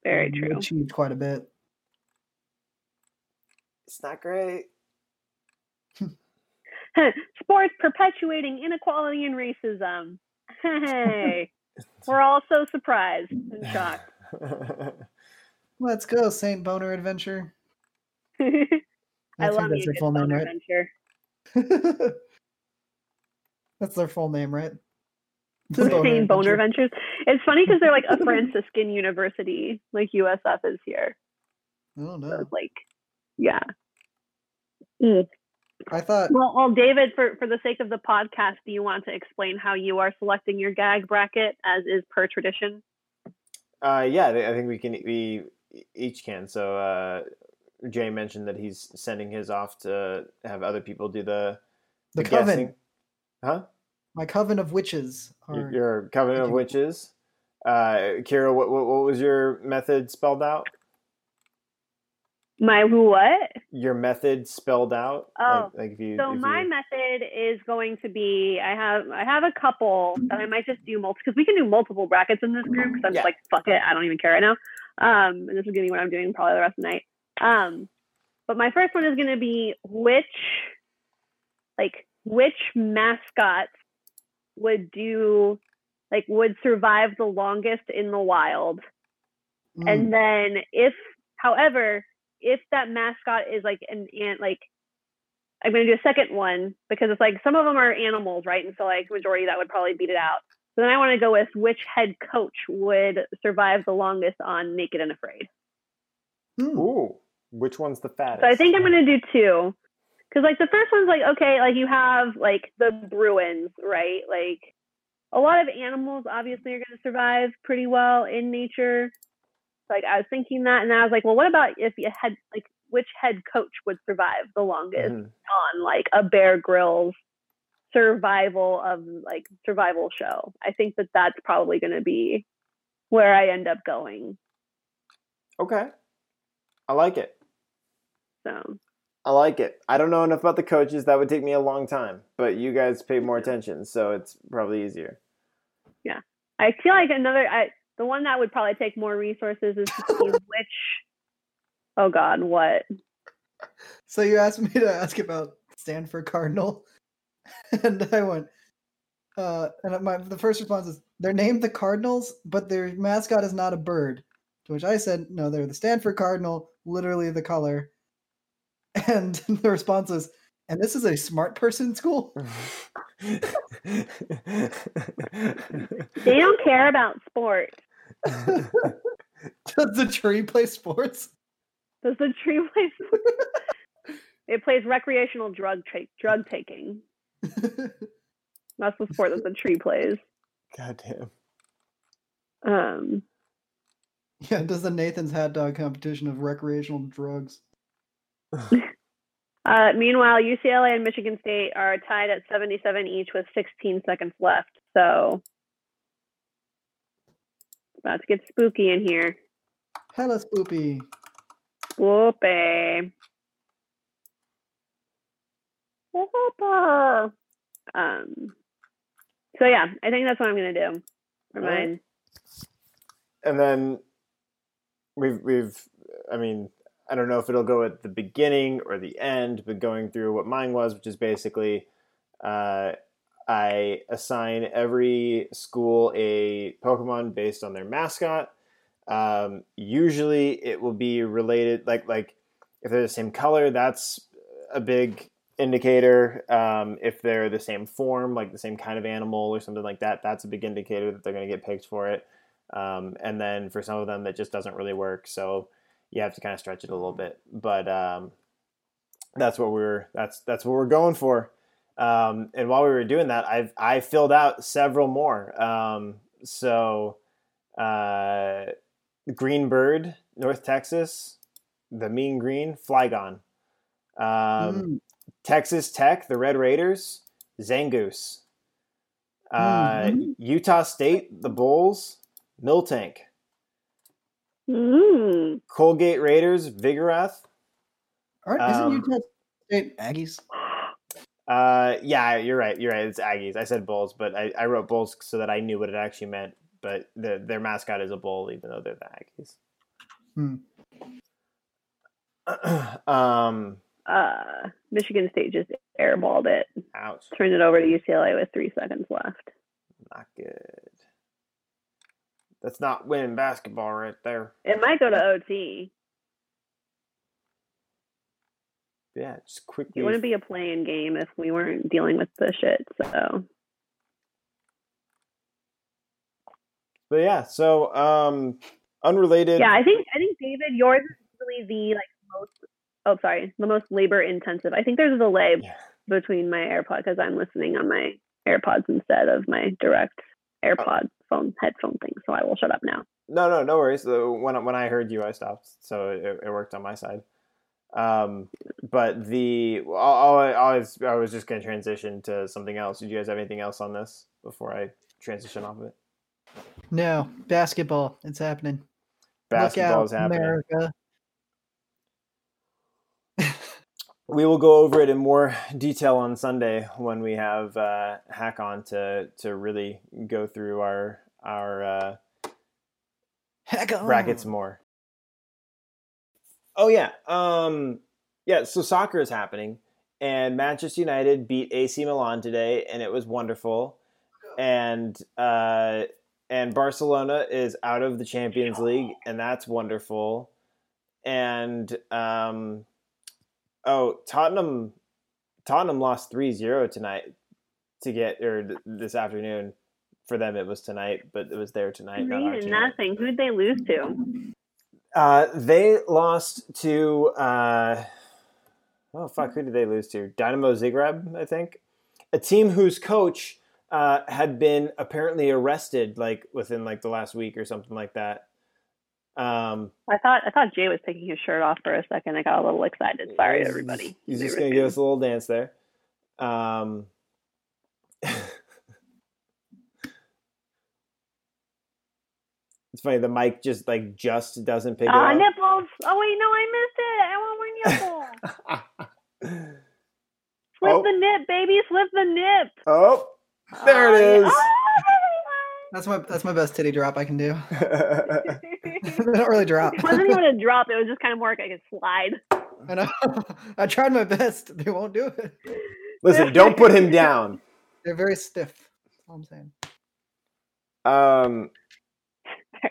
very um, true achieved quite a bit. It's not great. sports perpetuating inequality and racism hey we're all so surprised and shocked Let's go, Saint Boner Adventure. I I, think love that's you, their good full phone name, right? adventure. That's their full name, right? So Boner we're saying Boner Adventure. Adventures. It's funny because they're like a Franciscan university, like USF is here. I don't So know. it's like, yeah. I thought Well, well, David, for, for the sake of the podcast, do you want to explain how you are selecting your gag bracket, as is per tradition? Uh, yeah, I think we can we e-, each can. So uh, Jay mentioned that he's sending his off to have other people do the the coven, guessing. Huh? my coven of witches, Your, are your covenant of Okay. witches. Uh, Kira, what, what what was your method spelled out? My who what? Your method spelled out. Oh, like, like if you. So if my you- method is going to be I have I have a couple that I might just do multiple because we can do multiple brackets in this group because I'm Yeah. just like fuck it I don't even care right now um and this is gonna be what I'm doing probably the rest of the night um but my first one is gonna be which like which mascots would do like would survive the longest in the wild Mm, and then if however if that mascot is like an ant, like I'm gonna do a second one because it's like some of them are animals, right? And so like majority that would probably beat it out. So then I want to go with which head coach would survive the longest on Naked and Afraid. Hmm. Ooh, which one's the fattest? So I think I'm gonna do two, because like the first one's like okay, like you have like the Bruins, right? Like a lot of animals obviously are gonna survive pretty well in nature. Like I was thinking that, and I was like, well, what about if you had like which head coach would survive the longest Mhm. on like a Bear Grylls survival of like survival show? I think that that's probably gonna be where I end up going. Okay, I like it. So I like it. I don't know enough about the coaches. That would take me a long time, but you guys pay more attention, so it's probably easier. I feel like another I, the one that would probably take more resources is to see which. Oh God, what? So you asked me to ask about Stanford Cardinal, and I went. Uh, and my the first response is they're named the Cardinals, but their mascot is not a bird. To which I said, no, they're the Stanford Cardinal, literally the color. And the response was, and this is a smart person school. They don't care about sports. Does the tree play sports? Does the tree play? sports? it plays recreational drug tra- drug taking. That's the sport that the tree plays. Goddamn. Um, yeah. Does the Nathan's hot dog competition of recreational drugs? uh, meanwhile, UCLA and Michigan State are tied at 77 each with 16 seconds left. So about to get spooky in here. Hello, Spoopy. Whoopee. Whooper. Um, so yeah, I think that's what I'm gonna do for All right. mine. And then we've we've I mean, I don't know if it'll go at the beginning or the end, but going through what mine was, which is basically uh, I assign every school a Pokemon based on their mascot. Um, usually it will be related like like if they're the same color, that's a big indicator. Um, if they're the same form, like the same kind of animal or something like that, that's a big indicator that they're going to get picked for it. Um, and then for some of them, that just doesn't really work. So you have to kind of stretch it a little bit. But um, that's what we're that's that's what we're going for. Um, and while we were doing that, I've I filled out several more. Um, so uh, Green Bird, North Texas, the Mean Green, Flygon. Um, Mm, Texas Tech, the Red Raiders, Zangoose. Uh, Mhm. Utah State, the Bulls, Miltank. Mm. Colgate Raiders, Vigoroth. Hmm. aren't- isn't um, Utah State Aggies? Uh, yeah, you're right. You're right. It's Aggies. I said Bulls, but I, I wrote Bulls so that I knew what it actually meant. But the, their mascot is a bull, even though they're the Aggies. um, Uh, Michigan State just airballed it, ouch. turned it over to UCLA with three seconds left. Not good. That's not winning basketball right there. It might go to OT. Yeah, just quickly. It wouldn't be a playing game if we weren't dealing with the shit. So But yeah, so um, unrelated. yeah, I think I think David, yours is really the like most. Oh, sorry, the most labor intensive. I think there's a delay Yeah. between my AirPod because I'm listening on my AirPods instead of my direct Oh. AirPod phone headphone thing. So I will shut up now. No, no, no worries. Uh, When when I heard you, I stopped, so it, it worked on my side. Um, but the all, all I, all I was I was just gonna transition to something else. Did you guys have anything else on this before I transition off of it? No, basketball. It's happening. Look Basketball out, is happening. America. We will go over it in more detail on Sunday when we have uh, Hack on to to really go through our our. Uh, Heck on. brackets more. Oh yeah, um, yeah. So soccer is happening, and Manchester United beat AC Milan today, and it was wonderful. And uh, and Barcelona is out of the Champions League, and that's wonderful. and um, oh, Tottenham, Tottenham lost 3-0 tonight to get or th- this afternoon. For them, it was tonight, but it was there tonight. Not our They did team. nothing. Who'd they lose to? Uh, they lost to uh, oh fuck, who did they lose to? Dynamo Zagreb, I think, a team whose coach uh, had been apparently arrested like within like the last week or something like that. Um, I thought I thought Jay was taking his shirt off for a second. I got a little excited. Sorry, he's- everybody. He's They just were gonna saying- give us a little dance there. Um, it's funny the mic just like just doesn't pick it Ah, up. nipples! Oh wait, no, I missed it. I want more nipples. Flip Oh. the nip, baby. Flip the nip. oh. There it Oh, yeah. is. That's my that's my best titty drop I can do. Oh, they don't really drop. it wasn't even a drop. It was just kind of more like a slide. I know. I tried my best. They won't do it. Listen, don't put him down. They're very stiff. That's all I'm saying. Um,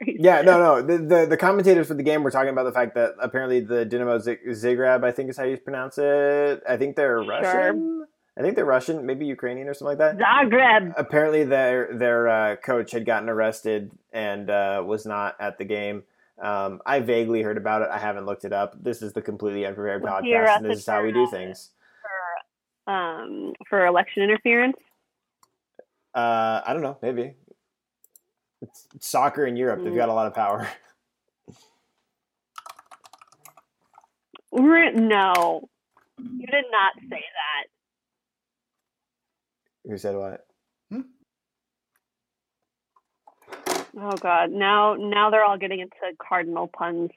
Very yeah, no, no. The, the the commentators for the game were talking about the fact that apparently the Dynamo Zag- Zagreb, I think is how you pronounce it. I think they're Russian. I think they're Russian, maybe Ukrainian or something like that. Zagreb. Apparently, their their uh, coach had gotten arrested and uh, was not at the game. Um, I vaguely heard about it. I haven't looked it up. This is the completely unprepared Well, podcast, here, and us this is how we do about it. things. Um, for election interference. Uh, I don't know. Maybe it's soccer in Europe. They've Mm. got a lot of power. Re- No, you did not say that. Who said what? Oh God! Now, now they're all getting into cardinal puns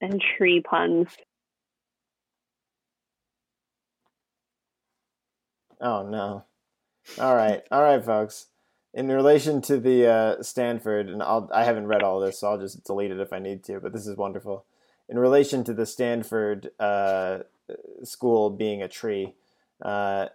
and tree puns. Oh no! All right, all right, folks. In relation to the uh, Stanford, and I'll, I haven't read all this, so I'll just delete it if I need to. But this is wonderful. In relation to the Stanford uh, school being a tree, uh,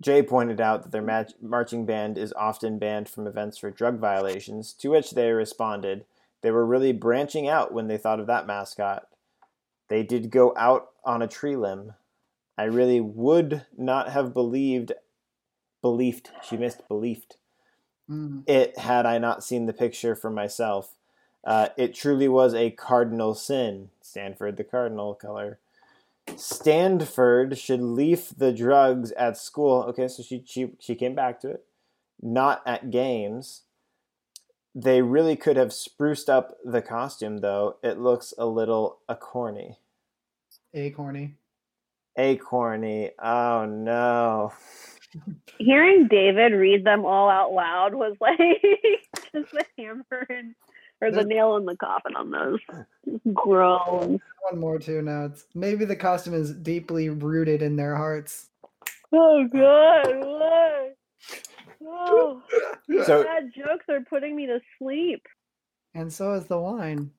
Jay pointed out that their match, marching band is often banned from events for drug violations. To which they responded, "They were really branching out when they thought of that mascot." They did go out on a tree limb. I really would not have believed believed she missed believed Mm. it had I not seen the picture for myself. Uh, it truly was a cardinal sin. Stanford, the cardinal color. Stanford should leaf the drugs at school. Okay, so she she she came back to it, not at games. They really could have spruced up the costume though. It looks a little a corny. A corny. Acorny. Oh no. Hearing David read them all out loud was like just the hammer and, or the There's- nail in the coffin on those groans. One more too. Now it's maybe the costume is deeply rooted in their hearts. Oh God! What? Oh, So bad jokes are putting me to sleep. And so is the wine.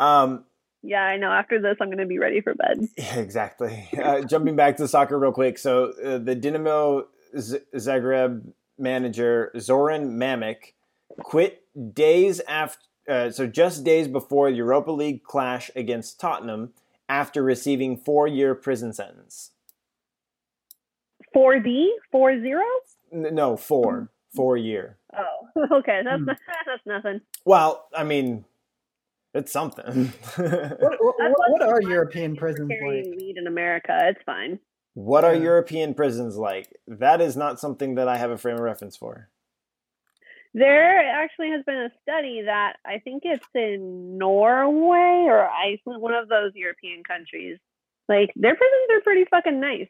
um Yeah, I know. After this, I'm gonna be ready for bed. yeah, exactly. Uh, jumping back to soccer real quick. So uh, the Dinamo Z- Zagreb manager Zoran Mamic quit days after uh, so just days before Europa League clash against Tottenham after receiving 4-year prison sentence. Four D, four zero. N- no, 4. 4 year. Oh, okay. That's Hmm. that's nothing. Well, I mean it's something. What, what, That's what- what what are the European prisons Carrying like? weed in America, it's fine. What are Yeah. European prisons like? That is not something that I have a frame of reference for. There actually has been a study that I think it's in Norway or Iceland, one of those European countries. Like their prisons are pretty fucking nice.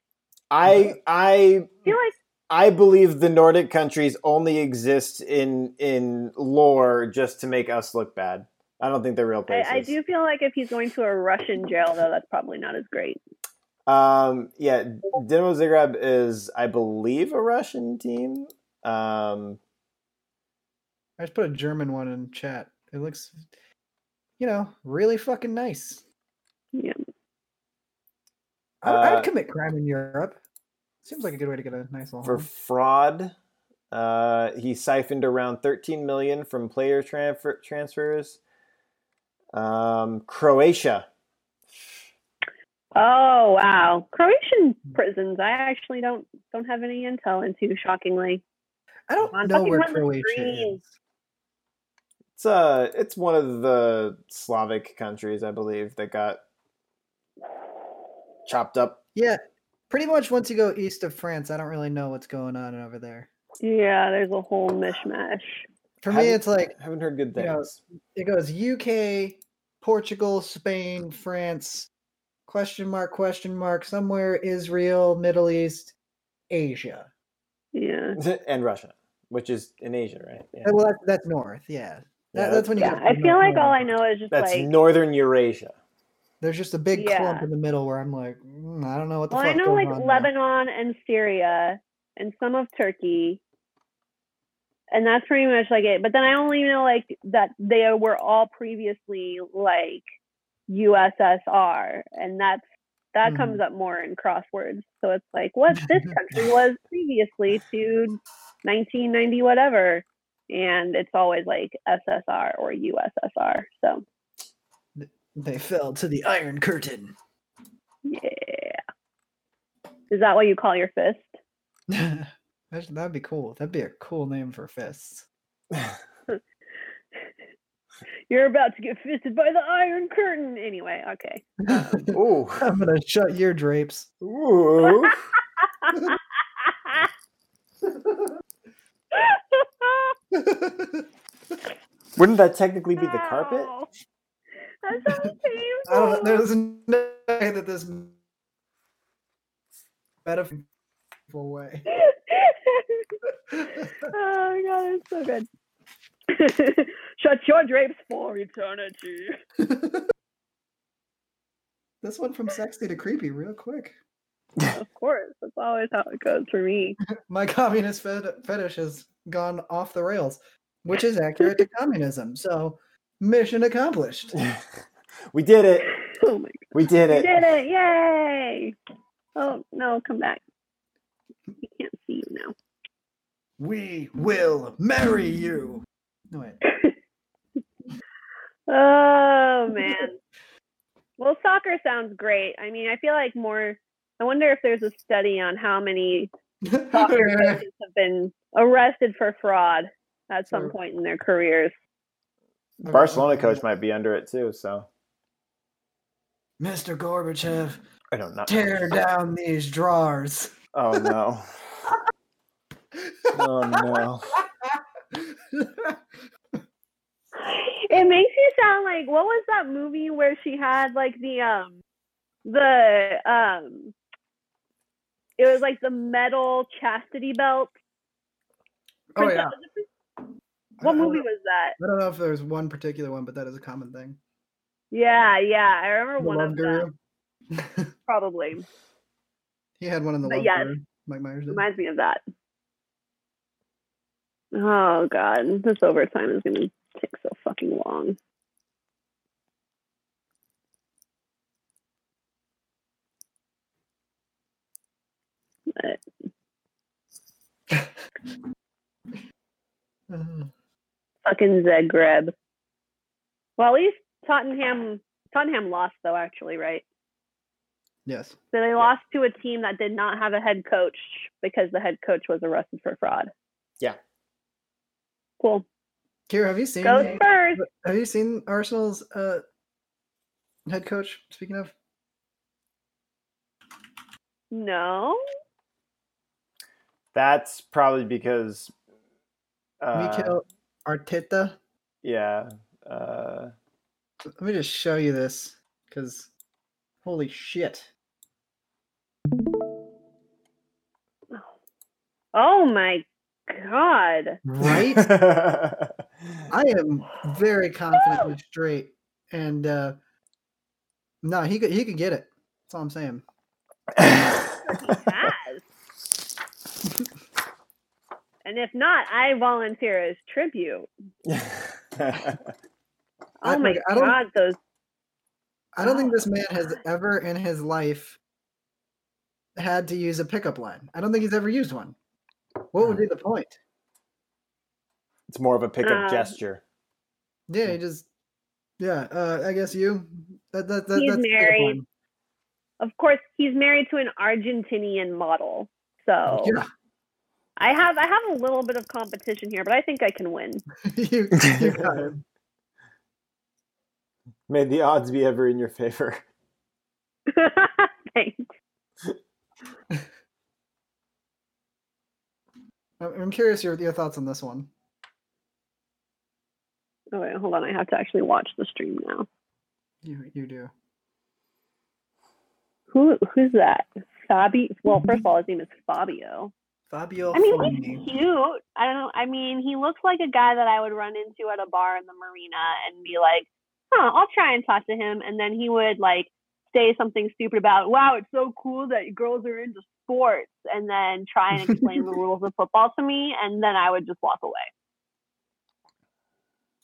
I I I feel like I believe the Nordic countries only exist in in lore just to make us look bad. I don't think they're real places. I, I do feel like if he's going to a Russian jail though, that's probably not as great. Um, yeah, Dinamo Zagreb is, I believe, a Russian team. Um, I just put a German one in chat. It looks, you know, really fucking nice. Yeah. I, I'd Uh, Mm-hmm. commit crime in Europe. Seems like a good way to get a nice little. for home. fraud, Uh, he siphoned around 13 million from player transfer- transfers. Um, Croatia. Oh wow, Croatian Hmm. prisons. I actually don't don't have any intel into. Shockingly, I don't I'm know fucking where on the Croatia screen. is. It's uh, it's one of the Slavic countries, I believe, that got chopped up. Yeah, pretty much once you go east of France, I don't really know what's going on over there. yeah, there's a whole mishmash. For me, Haven't- it's like haven't heard good you things. know, it goes UK, Portugal, Spain, France, question mark, question mark, somewhere Israel, Middle East, Asia. Yeah, and Russia, which is in Asia, right? Yeah. Uh, Well, that's, that's north, yeah. That, Yeah, that's when you. yeah. get I to feel north- like all I north. know is just That's like. northern Eurasia. There's just a big clump Yeah. in the middle where I'm like, mm, I don't know what the well, I fuck know going like on there. Lebanon and Syria and some of Turkey. And that's pretty much like it. But then I only know like that they were all previously like USSR, and that's that Mhm. comes up more in crosswords. So it's like what this country was previously to 1990 whatever, and it's always like SSR or USSR. So They fell to the Iron Curtain. yeah, is that what you call your fist? That's- That'd be cool. That'd be a cool name for fists. You're about to get fisted by the Iron Curtain. Anyway, okay. Ooh. I'm gonna shut your drapes. Ooh. I Wouldn't that technically be the carpet? Ow. That sounds don't, painful. there's no way that this metaphor way. oh my god, it's so good. Shut your drapes for eternity. This one from sexy to creepy, real quick. Of course, that's always how it goes for me. My communist fet- fetish has gone off the rails, which is accurate to communism. So, mission accomplished. we did it. Oh my god. We did You it. did it! Yay! Oh no, come back. We can't see you now. We will marry you. No wait. Oh man. well, soccer sounds great. I mean, I feel like more. I wonder if there's a study on how many soccer Soccer. coaches have been arrested for fraud at some True. point in their careers. Barcelona coach might be under it too, so Mr. Gorbachev, I don't know. tear down these drawers. Oh no. Oh no. Oh, It makes you sound like what was that movie where she had like the um the um it was like the metal chastity belt. oh Princess- yeah. What I- I movie don't- was that? I don't know if there's one particular one, but that is a common thing. Yeah, yeah, I remember The one Love of them Guru. probably. He had one in the But Love yes. Guru. Mike Myers did. Reminds me of that. Oh god, this overtime is gonna take so fucking long. But Uh, fucking Zagreb. Well, at least Tottenham Tottenham lost though, actually, right? yes. So they lost to a team that did not have a head coach because the head coach was arrested for fraud. Yeah. Cool. Kira, have you seen Go Spurs. have you seen Arsenal's uh, head coach? Speaking of, No. That's probably because uh, Mikel Arteta. yeah. Uh, Let me just show you this because holy shit. Oh my god. Right? I am very confidently straight, and uh, no, he could he could get it. That's all I'm saying. uh, has. and if not, I volunteer as tribute. Oh I- my okay, I don't- god, those I don't think this man has ever in his life had to use a pickup line. I don't think he's ever used one. What would be the point? It's more of a pickup Um, gesture. Yeah, he just yeah. Uh, I guess you. That, that, that, He's that's a fair married. point. Of course, he's married to an Argentinian model. So Yeah, I have I have a little bit of competition here, but I think I can win. you, you got it. May the odds be ever in your favor. Thanks. I'm I'm curious your your thoughts on this one. Oh wait, hold on. I have to actually watch the stream now. You you do. Who who's that? Fabi. Well, first of all, his name is Fabio. Fabio I mean, Forni. he's cute. I don't know. I mean, he looks like a guy that I would run into at a bar in the marina and be like, huh, I'll try and talk to him. And then he would like say something stupid about, wow, it's so cool that girls are into sports. And then try and explain the rules of football to me. And then I would just walk away.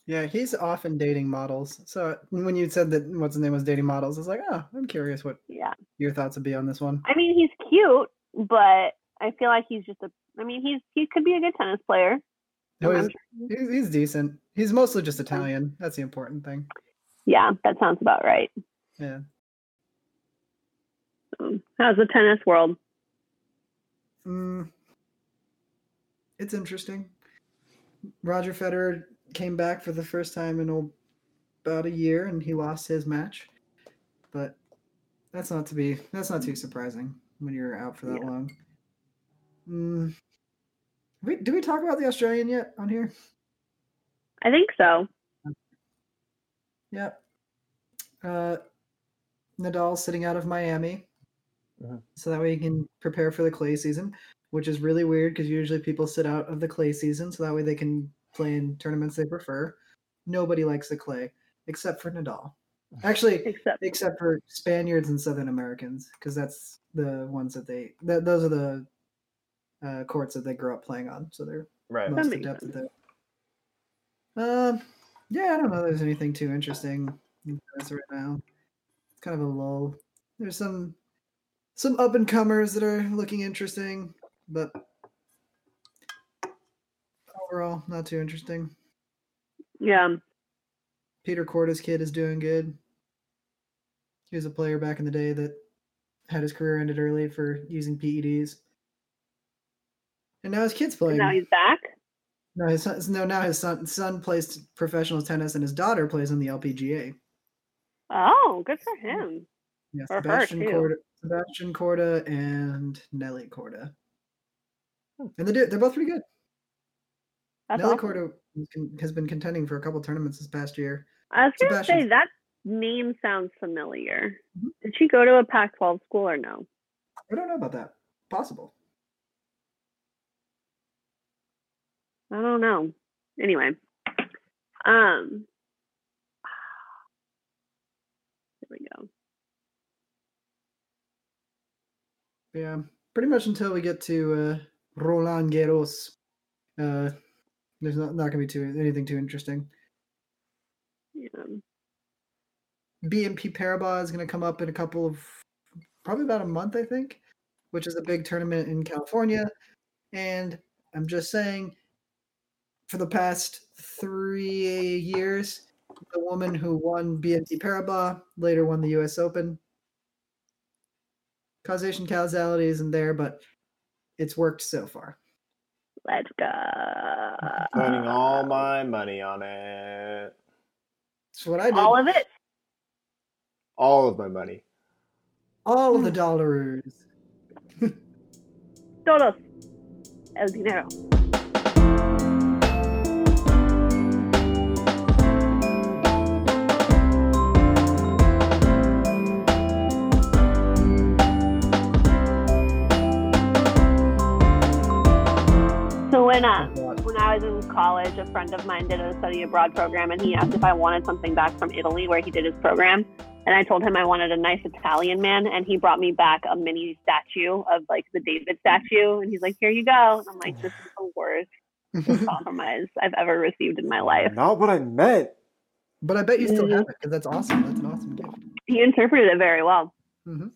Yeah, he's often dating models. So when you said that what's his name was dating models, I was like, oh, I'm curious what Yeah. your thoughts would be on this one. I mean, he's cute, but I feel like he's just a, I mean, he's, he could be a good tennis player. No, I'm he's, he's, he's decent. He's mostly just Italian. That's the important thing. Yeah, that sounds about right. Yeah. Um, How's the tennis world? Mm, it's interesting. Roger Federer came back for the first time in a- about a year, and he lost his match. But that's not to be. That's not too surprising when you're out for that Yeah. long. Mm, we, did we talk about the Australian yet on here? I think so. Yep. Uh, Nadal sitting out of Miami, Mhm. so that way he can prepare for the clay season, which is really weird because usually people sit out of the clay season so that way they can play in tournaments they prefer. Nobody likes the clay except for Nadal. Actually, Except except for Spaniards and Southern Americans because that's the ones that they that those are the uh, courts that they grew up playing on, so they're Right. most makes adept at that. Um, yeah, I don't know. if There's anything too interesting in tennis right now. It's kind of a lull. There's some some up and comers that are looking interesting, but overall not too interesting. yeah, Peter Corda's kid is doing good. He was a player back in the day that had his career ended early for using PEDs, and now his kid's and playing. now he's back. No, his son, no. Now his son son plays professional tennis, and his daughter plays on the LPGA. Oh, good for him. Yeah, Or her, Sebastian too. Corda, Sebastian Corda, and Nelly Corda. And they do, they're both pretty good. Hmm. That's Nelly awesome. Corda has con- has been contending for a couple tournaments this past year. I was gonna Sebastian. say that name sounds familiar. Mhm. Did she go to a Pac-12 school or no? I don't know about that. Possible. I don't know. Anyway, um, there we go. Yeah, pretty much until we get to uh, Roland Garros. Uh, there's not, not going to be too anything too interesting. Yeah. BNP Paribas is going to come up in a couple of probably about a month, I think, which is a big tournament in California. And I'm just saying, for the past three years, the woman who won BNP Paribas later won the U.S. Open. Causation causality isn't there, but it's worked so far. Let's go. Putting all my money on it. It's what I did. all of it. All of my money. All of the dollars. Todos. El dinero. So when uh, when I was in college, a friend of mine did a study abroad program, and he asked if I wanted something back from Italy, where he did his program. And I told him I wanted a nice Italian man, and he brought me back a mini statue of like the David statue, and he's like, "Here you go." And I'm like, "This is the worst compromise I've ever received in my life." Not what I meant. but I bet you still Mhm. have it because that's awesome. That's an awesome gift. He interpreted it very well. Mhm.